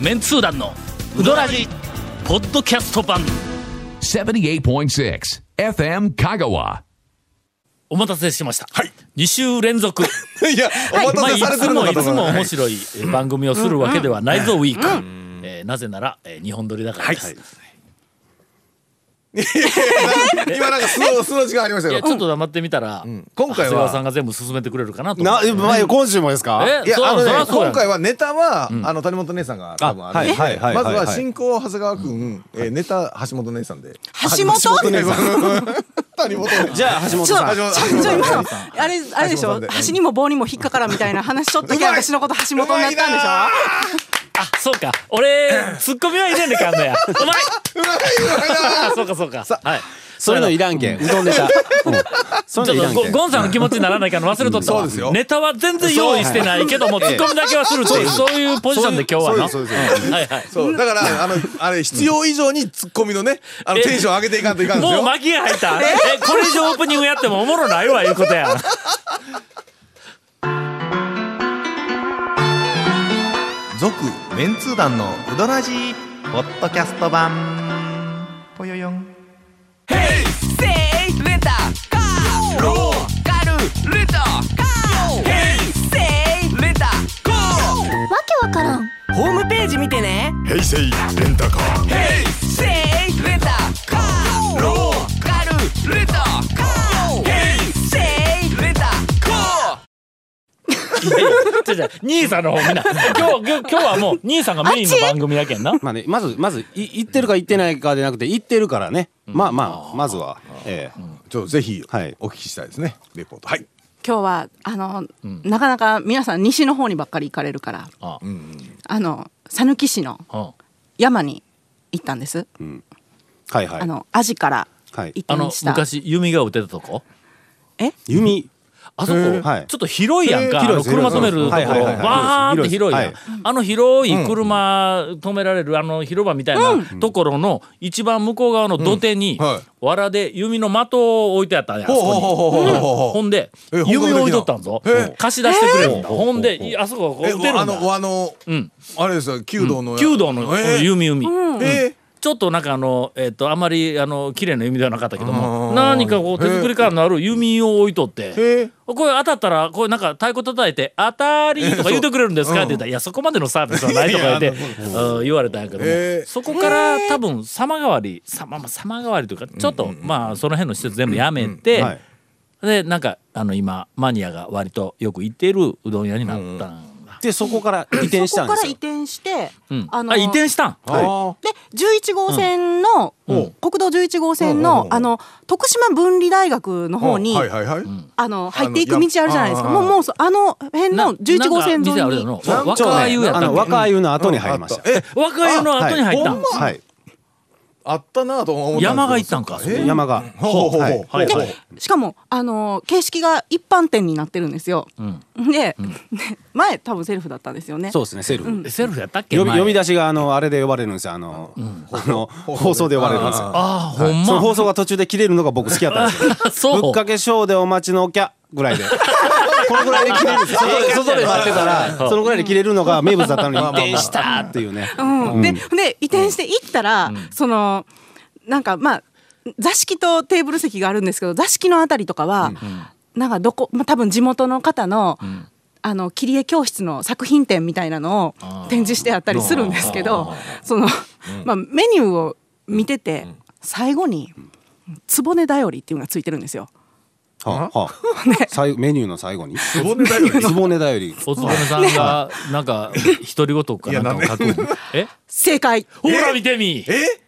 メンツー団のウドラジポッドキャスト版78.6 FM Kagawa. お待たせしました、はい2週連続いや、 おまあ待たいせされつてるのもかいとつ思も面い白いえー番組をするわけではないぞウィーク、えーなぜなら、えー日本撮りだからはでいす、。はい 今なんかスロー、スロー時間ありましたいけやど。ちょっと黙ってみたら、今回長は谷川さんが全部進めてくれるかなと思っな、てえまあ、今週もですかえいや、そうあのそねりゃ、そうや今回はネタは、あの、谷本姉さんが多分あるんで、あはいはいまずはいははい進行、長谷川くん、えーネタ、橋本姉さんで。橋本姉さん。 谷本姉さん。じゃあ、橋本ちょっさと、ん。橋本ちょっと今の、あれ、あれでし橋ょ本さんで橋にも棒にも引っかからんみたいな話しとったけど、うまい私のこと橋本になったんでしょあそうか俺ツッコミは入れんでかんのや うまいうまいうまいなあ そうかそうかはいそういうのいらんけん。うどんネタ。うん そうちいうのょいらっんとけゴん。ゴンさんの気持ちにならないから忘れとったわ、うんそうですよネタは全然用意してないけどもツッコミだけはするっていうそういうポジションで今日はなそうですそうですうんはいはい そう、だから、あの、あれ、必要以上にツッコミのね、あの、えテンション上げていかんといかんですもうよ。巻きが入った。え、これ以上オープニングやってもおもろないわ、いうこと や。続、メンツー団のウドラジーポッドキャスト版ぽよよんちょちょ、兄さんの方みんな。今日、今日今日はもう、兄さんがメインの番組やけんな。まあね、まず、まず、い行ってるか行ってないかでなくて、行ってるからね。まあまあ、まずは。ええ。ちょっとぜひはい、お聞きしたいですね、レポート。はい。今日は、あの、なかなか皆さん西の方にばっかり行かれるから、ああの、讃岐市のうん山に行ったんです。はいはあい。の、アジからはい行ってあまの、した。昔、弓が打てたとこ弓。あそこ、へえはいちょっと広いやんか、へえあの広いです車止めるところ、広いですはいはいはいバーンって広いやん、広いですあの広い車止められるあの広場みたいなところの一番向こう側の土手に、うんはい藁で弓の的を置いてあったんやんあほうそほうほうこほうほうほにうほほう。んでえ本格的な弓を置いとったんぞへえ貸し出してくれるんだ、ほんでいあそこをこう打え、てるんあの、だあのん、あれですよ、弓道の。弓道のこのえー弓弓、えちょっとなんかあの、えっとあまりあの綺麗な弓ではなかったけどあもー何かこう手作り感のある弓を置いとって、えこれ当たったらこれなんか太鼓叩いて「当たり!」とか言うてくれるんですかって言ったら「いやそこまでのサービスは ない」とか言ってうん言われたんやけども、えーそこから多分様変わり様,、まあ、様変わりというかちょっと、まあその辺の施設全部やめて、はい。でなんかあの今マニアが割とよく行っているうどん屋になったんだ、で、そこから移転しそたこんかですら移よ。転して、うんあのあ移転したんーあで11号線の、国道11号う線んうんうんの、うんあの徳島分離大学のー。方に、はいはいはい。あの入っていく道あるじゃないですかあのもうもうそうあの辺なの11号線沿いなんか店あるやにろわちょ若あゆやったあっけの、若あゆの後に入りました。え、若あゆの後に入ったん、あほんまはい。あったなぁと思ったんですけど。山が行ったんかえー山が。ほうほうほうはいほうほう。しかもあの形式が一般店になってるんですよ、で、ね前多分セルフだったんですよねそうですね、セルフ。セルフやったっけ呼び前呼び出しがあのあれで呼ばれるんですよあの,、あの放送で呼ばれるんですよああほんそま、の放送が途中で切れるのが僕好きだったんですよそうぶっかけショーでお待ちのおきゃぐらいでこのぐらいで切れるんです外で外で待ってたらそのぐらいで切れるのが名物だったのに 移転したっていうねうん、でで移転して行ったら、そのなんかまあ座敷とテーブル席があるんですけど座敷のあたりとかは、なんかどこ、まあ、多分地元の方の、あの切り絵教室の作品展みたいなのを展示してあったりするんですけどその、まあ、メニューを見てて、最後に「つぼねだより」っていうのがついてるんですよ。はあはあ最後メニューの最後につぼねだよりぼねだよりおつぼねさんが、なんか、独り言かなんかを書くん。え正解ほら見てみえ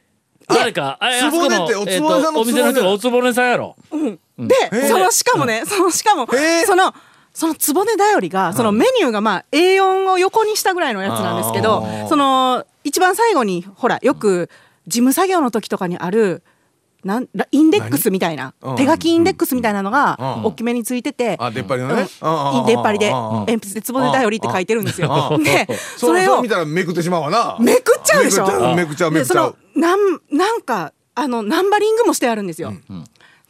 誰か、ああそこつぼねのっておつぼねさんのえっとお店の人がおつぼねさんやろ。で、そのしかもね、そのしかも、へえその、そのつぼねだよりが、そのメニューがまあ A4 を横にしたぐらいのやつなんですけど、その、一番最後に、ほら、よく、事務作業の時とかにある、なんらインデックスみたいな、何手書きインデックスみたいなのがうん大きめについてて、あ、出っ張りうのんね。い出っ張りで、え鉛筆でつぼねだよりって書いてるんですよ。で、 そそれれをを見たらめくってしまうわな。めくっちゃうでしょめくっちゃうめくでっそちゃうのなんなんかあのナンバリングもしてあるんですよ。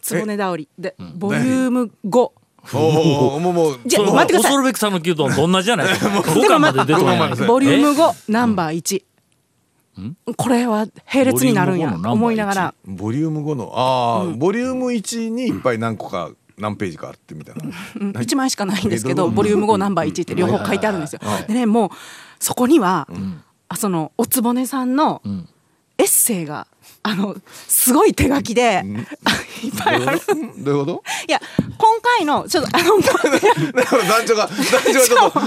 つぼねだおりでボリューム5。めくっちゃう。おおもうもう。じゃあそれ待ってください恐るべきさんの牛丼と同じじゃないですか。で5も巻ままあで出てこない。ボリューム5ナンバー1。これは並列になるんやボリューム5の何倍思いながらボリューム5のああ、ボリューム1にいっぱい何個か何ページかあってみたいな、うん1枚しかないんですけうどんボリューム5ナンバー1って両方書いてあるんですよはいはいは。いでねもうそこには、あそのおつぼねさんのエッセイがあのすごい手書きで、 いっぱいある。どういうこといや今回のちょっとあのだから団長が団長がちょっと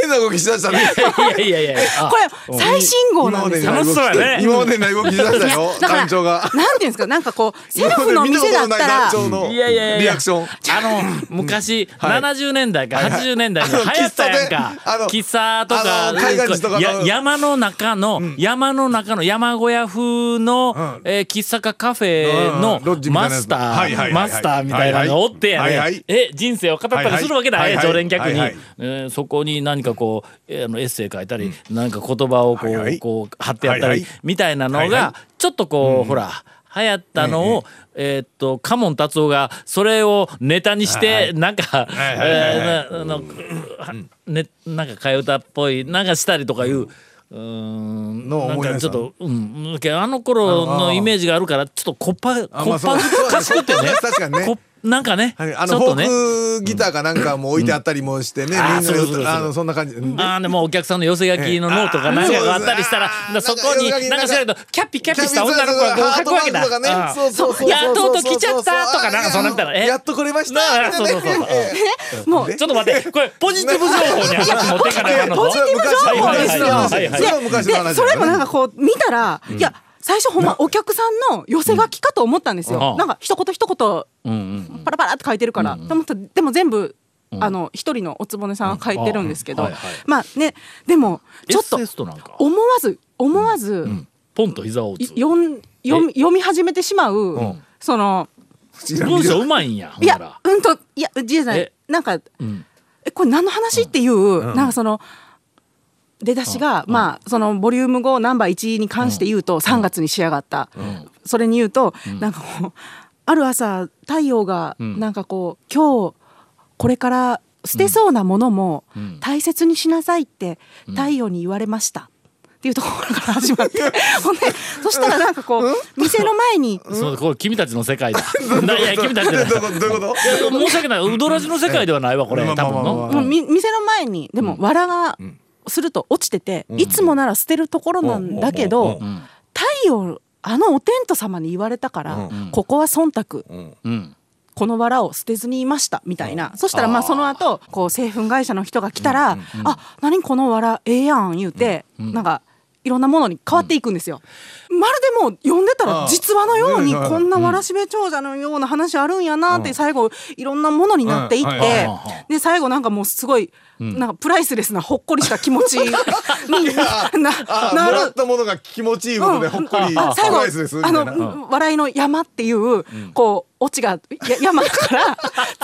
変な動きしだしたね いやいやいやいや あ これ最新号なんですよ。今楽しそうやね今までにない動きしだしたよいやだから団長がなんていうんですかなんかこうセルフ今まので見たこと店だのっなたい団ら長のいやいやいやリアクションあの昔、70年代か80年代に流はい行ったやんかあの喫茶とかあの海岸地とかのや山の中の、山の中の山小屋風の、うんえー喫茶かカフェのうんロッジみたいマなやスつター、はいはいはいマスターみたいなのがおってやね、はいはいえ人生を語ったりするわけだ、はいはい常連客に、はいはいえーそこに何かこう、えーあのエッセイ書いたり、なんか言葉をこう,、はいはいこう貼ってやったり、はいはいみたいなのが、はいはいちょっとこう、ほら流行ったのを、えーっとカモン達夫がそれをネタにして、なんか、いはいはいはいえーなあのねなんか替え歌っぽいなんかしたりとかいう。うーんのをなん思いか出しちたょっと、うん、うんけどあの頃のイメージがあるからちょっとこっぱあこっまぱあずそうかしくてね 確かにねこなんかね、はいあちのょっとフォねークギターかなんかも置いてあったりもしてね、みんあーなでそうそうそうあのそんな感じ、うんあーでもお客さんの寄せ書きのノートかなんかがあったりしたらええだからそこにあーなんか知らんけどキャピキャピした女の子がこう書くわけだ。ハートマークとかねあーそうそうそうそうやっとうと来ちゃったとかなんかそんなみたいな。えやっと来れましたなあそうそうそうみたいなねも うちょっと待 ってこれポジティブ情報に話持っていかなあかんのポジティブ情報ですよ。はいはいはいはいはいそれは昔の話だよねでそれもなんかこう見たら、いや最初ほんまお客さんの寄せ書きかと思ったんですよ。うんなんか一言一言うんパラパラって書いてるから、と思ったでも全部、あの一人のおつぼねさんが書いてるんですけど、うんはいはいまあねでもちょっとエッセイストなんか思わず思わず、ポンと膝を打いつ。読ん読み読み始めてしまう、その文章うまいんや。ほんいなやら。うんといやじゃなえいなんか、んえこれ何の話っていう、なんかその出だしが、まあそのボリューム5ナンバー1に関して言うと、3月に仕上がった、それに言うと、なんかこうある朝太陽がなんかこう、今日これから捨てそうなものも大切にしなさいって太陽に言われました。っていうところから始 まって、ほんで、そしたらなんかこう、店の前にそうこれ君たちの世界だ。ないや君たちの世界。 どういうことどういうこといや申し訳ない。ウドラジの世界ではないわこれま多あまあま分あの。もうみ店の前にでも藁がすると落ちてて、いつもなら捨てるところなんだけど、太陽あのお天道様に言われたから、ここは忖度、んこの藁を捨てずにいましたみたいな、そしたらまあその後こう製粉会社の人が来たら「あ何この藁ええやん」言うて、なんか。いろんなものに変わっていくんですよ、まるでもう読んでたあらあ実話のようにうんこんなわらしべ長者のような話あるんやなって最後いろんなものになっていって、うんはいはいはいで最後なんかもうすごい、なんかプライスレスなほっこりした気持 ちになあーなもらっる。たものが気持ちいいことでほっこりうんあ最後ライスですみたあいなのうん笑いの山っていう、こうオチがや山 から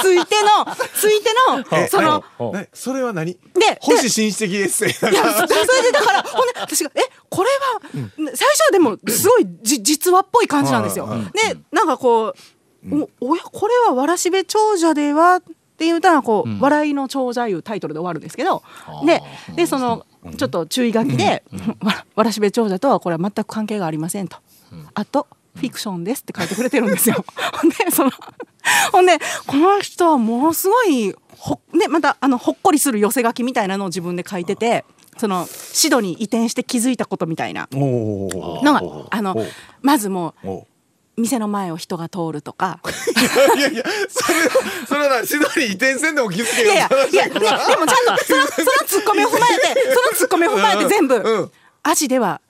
ついてのついてのそのうんねそれは何でで星紳士的エッセイい やそそれでだからほんで私が「えこれは、最初はでもすごいじ実話っぽい感じなんですよ。うんうんでなんかこう「おおやこれはわらしべ長者では」っていう歌がこう、笑いの長者」いうタイトルで終わるんですけどででそのちょっと注意書きで「わらわらしべ長者とはこれは全く関係がありません」と。あとフィクションですって書いてくれてるんですよ。 ほんでそのほんでこの人はものすごいほ,、ね、またあのほっこりする寄せ書きみたいなのを自分で書いててそのシドに移転して気づいたことみたいなおおのがあのまずもうお店の前を人が通るとかいやいやそれはそれはなシドニー移転せんでも気づけいよやいやいや、ね、でもちゃん とそのそのツッコミを踏まえてそのツッコミを踏まえて全部、うんアジでは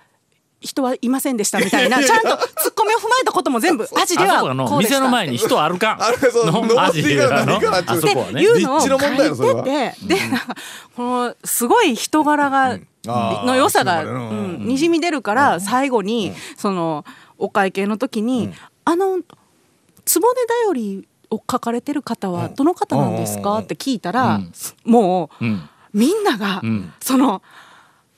人はいませんでしたみたいなちゃんとツッコミを踏まえたことも全部アジであはそこはのこうでした店の前に人歩かん。あれそうの登アってジいかなのいからあそこはってねい。うのを立地の問だよそれ書はいててでなんかこのすごい人柄が、あーの良さが、人柄うのん、にじみ出るから最後に、そのお会計の時に、あの「つぼねだより」を書かれてる方はどの方なんですか、うんって聞いたら、もう、んみんなが、その「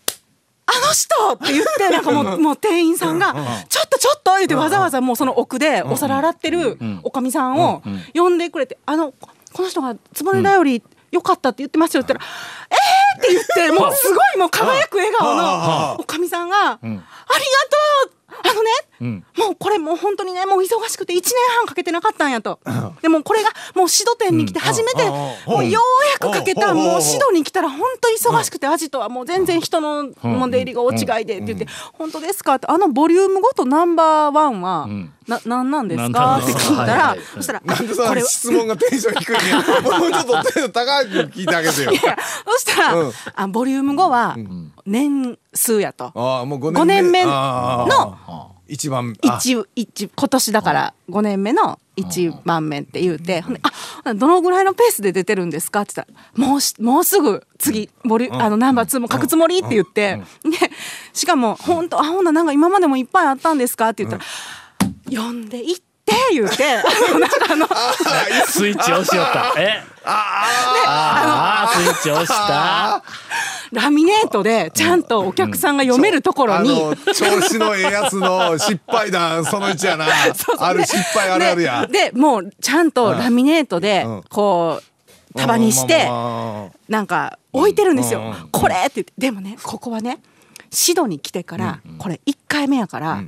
あの人!」って言ってなんかもうもう店員さんが「ちょっとちょっと!」言ってわざわざもうその奥でお皿洗ってるおかみさんを呼んでくれて「あのこの人がつぼねだよりよかったって言ってますよ」って言ったら「ええって言ってもうすごいもう輝く笑顔のおかみさんが「ありがとう!」あのね、もうこれもう本当にねもう忙しくて1年半かけてなかったんやと、でもこれがもうシド店に来て初めて、もうようやくかけた、もうシドに来たら本当に忙しくて、アジトはもう全然人のもん出入りがお違いでって言って、本当ですかってあのボリュームごとナンバーワンは、ななんなんですかって聞いたら、なんなんですか そしたらなんでそこれのは質問がテンション低いね。もうちょっとテンション高く聞いてあげてよ。そしたら、うんあボリューム5は年数やと、ああ、もう五五年目の一番あ一一今年だから5年目の1番目って言うて、ほんであどのぐらいのペースで出てるんですか?」って言ったら「もうしもうすぐ次ボリュ、あのナンバー2も書くつもり」って言って、でしかも「本当あほんななんか今までもいっぱいあったんですか?」って言ったら「読んでいって」言うてあのなんか あのスイッチ押しよった。えああー、スイッチ押した。ラミネートでちゃんとお客さんが読めるところあに、の調子のええやつの失敗談その一 やな。ある失敗あるあるや。ででもうちゃんとラミネートでうんこう束にしまてあまあまあなんか置いてるんですようん。これって言ってでもねここはねシドに来てからこれ1回目やから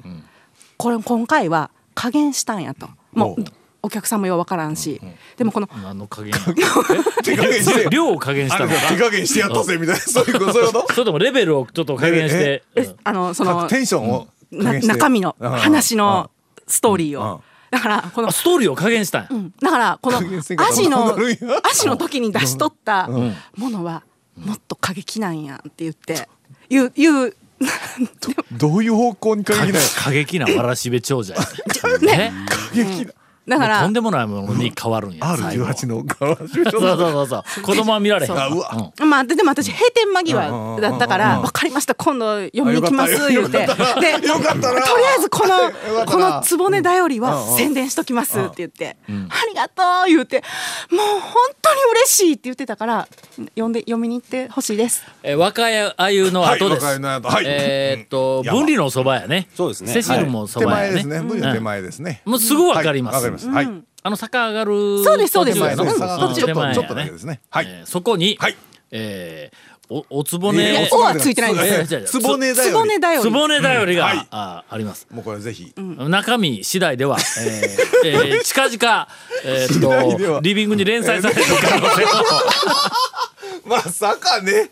これ今回は加減したんやと。もうお客さんもようわからんしでもこの何の加減 手加減してえ量を加減しあたれのか手加減してやったぜみたいなそういうこと そういうこそれともレベルをちょっと加減して。うんあのそとのテンションを加な減して中身のうん話のストーリーうんうんを。だからこのあストーリーを加減したんや。だからこの加減せんかアジのどうなるんやアジの時に出しとったものはもっと過激なんやって言って言う言うどういう方向に加 減しない過激なわらしべ長者や。ねね。過激なだかとらんでもないものに変わるんや。最後 R18 のガラスそうそうそう そう。子供は見られへん。あうわまあででも私閉店間際だったから「分かりました今度読みに来ます」あよ言うかてったよで「とりよかったなあえず こよかのったこなの壺ねだよりはうんうん宣伝しときます」って言って「ありがとう」言うて「もう本当に嬉しい」って言ってたから読んで読みに行ってほしいです。えー若い あゆの後です。はい若いあゆの後はいえーっと、うんやば分離のそばやね。そうですねセシルもそ手ば前やでね。すね無理の手前ですねもうすぐわかります。はいわかりますはいあの坂上がる。そうですそうです途中や手前なのうん下が途ち中ょっ手前やねとちょっとだけですねはいえーそこに、はいえーおおつぼいねや、おはついてないんですいやいやいやつぼねだよ壺ねだよつりぼねだよりが、うんはいああります。もうこれぜひ中身次第では、えーえー近々、えー第でっとはリビングに連載される可能性もまさかね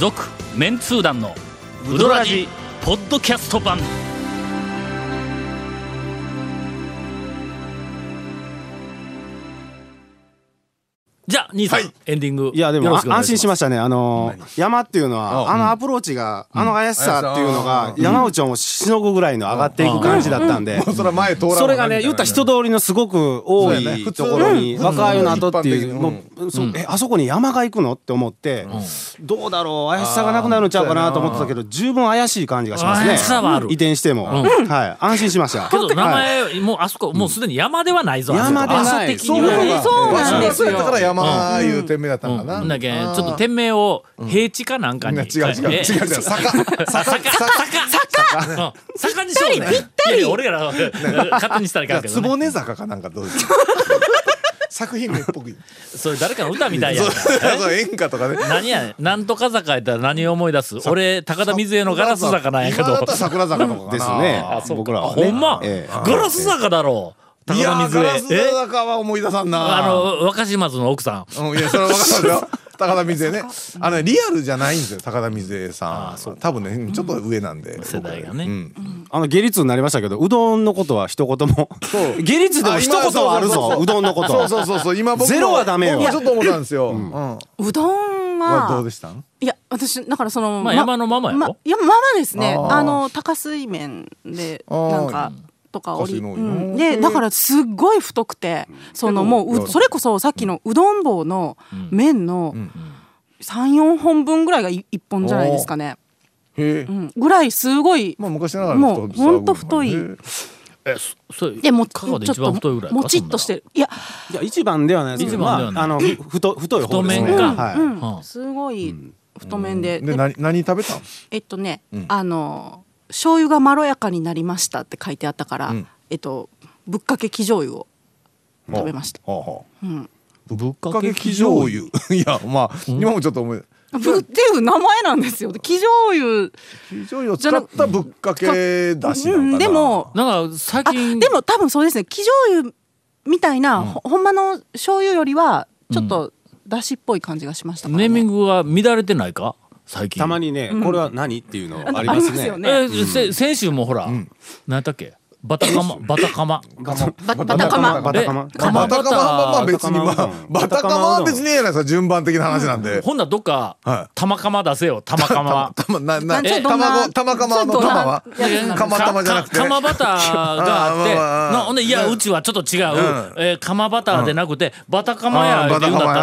続メンツー団のウドラジポッドキャスト版じゃあ兄さん、はいエンディングいやでよもろあくお願い安心しましたねあの山っていうのあはあのアプローチがあの怪しさっていうのが怪し山内をもしのぐぐらいの上がっていく感じだったんでもうそれは前通らんわそれがね言ったら人通りのすごくそ多うやねい普通ところにうん若いの後っていううんもうそうえあそこに山が行くのって思ってどうだろう怪しさがなくなるんちゃうかなと思ってたけど十分怪しい感じがしますね怪しさはある移転してもはい安心しましたけど名はい前、もうあそこもうすでに山ではないぞ、あそこ山でない場所的そうにはねねそうなんですよ忘れたから山いう店名だったんかなうんだけんあーちょっと店名を平地かなんか違うに違う違う違うえ 坂坂坂坂坂坂にしようねぴったりぴったりいやいや俺らは勝手にしたらいかんけどつねぼね坂かなんかどう ですか作品名っぽくそれ誰かの歌みたいやんそうかそう演歌とかね何やねんなんとか坂やったら何を思い出す俺高田水江のガラス坂なんやけ今だったらど桜坂とかかなですねあそうか僕らはねほんまええガラス坂だろうい高や田ー水ガラ江えス坂は思い出さんなあの若島津の奥さんうん、いや、それは分かる よ。高田水江ね。あの、リアルじゃないんですよ、高田水江さん。多分ね、ちょっと上なんで。世代が僕ねうん。あの下痢痛になりましたけどうどんのことは一言もそう下痢痛でも一言はあるあ今そうそうそうぞそううどんのことそうそうそ うそう、今僕も。ゼロはダメよ僕もちょっと思ったんですよ。うん。はうどんどうはでしたんいや私だからそのまあ山のママやろまいやママですねあーあの高水面であーなんかとか折り、高水のうんでだからすっごい太くてそのもううそれこそさっきのうどん棒の麺の34本分ぐらいが1本じゃないですかね、へえう。ん、ぐらいすごいまあ、昔ながらもうほんと太いえそそれでもち香ょ川っで一番太いぐらいとかもちっとしてるいやいや一番ではないですけど一番ではまないああのふ太太い方です太ね麺かはいうんはあすごい太麺で,で、で、何、何食べたんえっとね、あの醤油がまろやかになりましたって書いてあったから、んえっとぶっかけ生醤油を食べました。ほうほぶうっぶっかかけけ騎騎乗乗油油いやまあ今もちょっと思いぶっていう名前なんですよ。騎乗油。騎乗油を使ったぶっかけだしなうんかん、なでも、なんか最あ、近でも多分そうですね。騎乗油みたいな、ほほんまの醤油よりは、ちょっと、だしっぽい感じがしましたから、ネね。ーミングは乱れてないか最近たまにね、これは何っていうのありあまりすますねよ。えね。ーせ先週もほら、何やったっけバタカマバタカマバタババタカマバタカえ。マまあバタカマはまあ別にまバタカあマうどバんタカマは別にええやないですか順番的な話なんで。ほんならどっか、は玉カマ出せよ玉カマたまなななんちょっとどんな卵玉釜のちょっとどんな玉はやつなんですか釜玉じゃなく てか釜バターがあってあーまあまあまあなほんでいやうちはちょっと違う、えー釜バターでなくて、バタカマやって言うんだったあーバ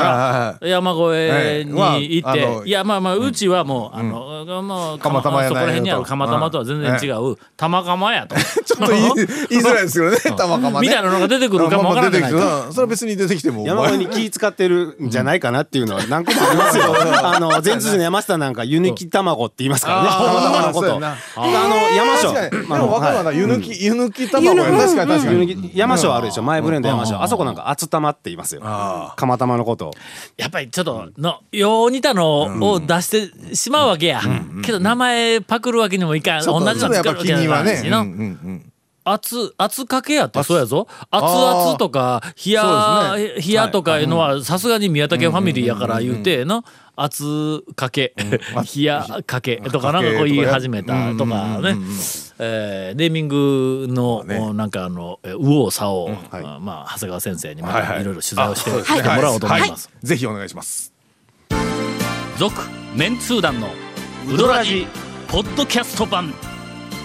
タカマやらはいは、山越えに行っはいて、まああのいやまあまあうちはもう、あのもう釜玉やないそこら辺にあるよと釜玉とは全然違う、玉釜やとち ちょっと言い言いづらいですけどね玉釜ね。みたいなのが出てくるかもわからないまあまあ出てきてうんそれは別に出てきてもお前山越えに気使ってるんじゃないかなっていうのは何個もありますよ。あの、前通の山下なんか湯抜き卵って言いますからね。あーたまたまのこそと。うやなあの、山椒。確かにであもの分かるわはな湯抜き湯抜き卵湯や抜確きかに確いか湯に。抜き山椒あるでしょ前ブレンド山椒あそこなんか厚玉って言いますよあ釜玉のことをやっぱりちょっとのよう似たのを出してしまうわけや、けど名前パクるわけにもいかんちょ同っじとのちょっと作やっるぱわけにもいか気にはんしね。うんうな、んうん熱熱かけやってそうやぞ熱々とか冷そうやです冷ねやとかいうのはさすがに宮武ファミリーやから言うての熱かけ 冷やかけとかなんかこう言い始めたとかねえーネーミングのねおなんかあのえー右往左往はいあまあ長谷川先生にまはいたはいいろいろ取材をしてあそうですきねてもらおうと思いますは。ぜひお願いします。続メンツー団のウドラジポッドキャスト版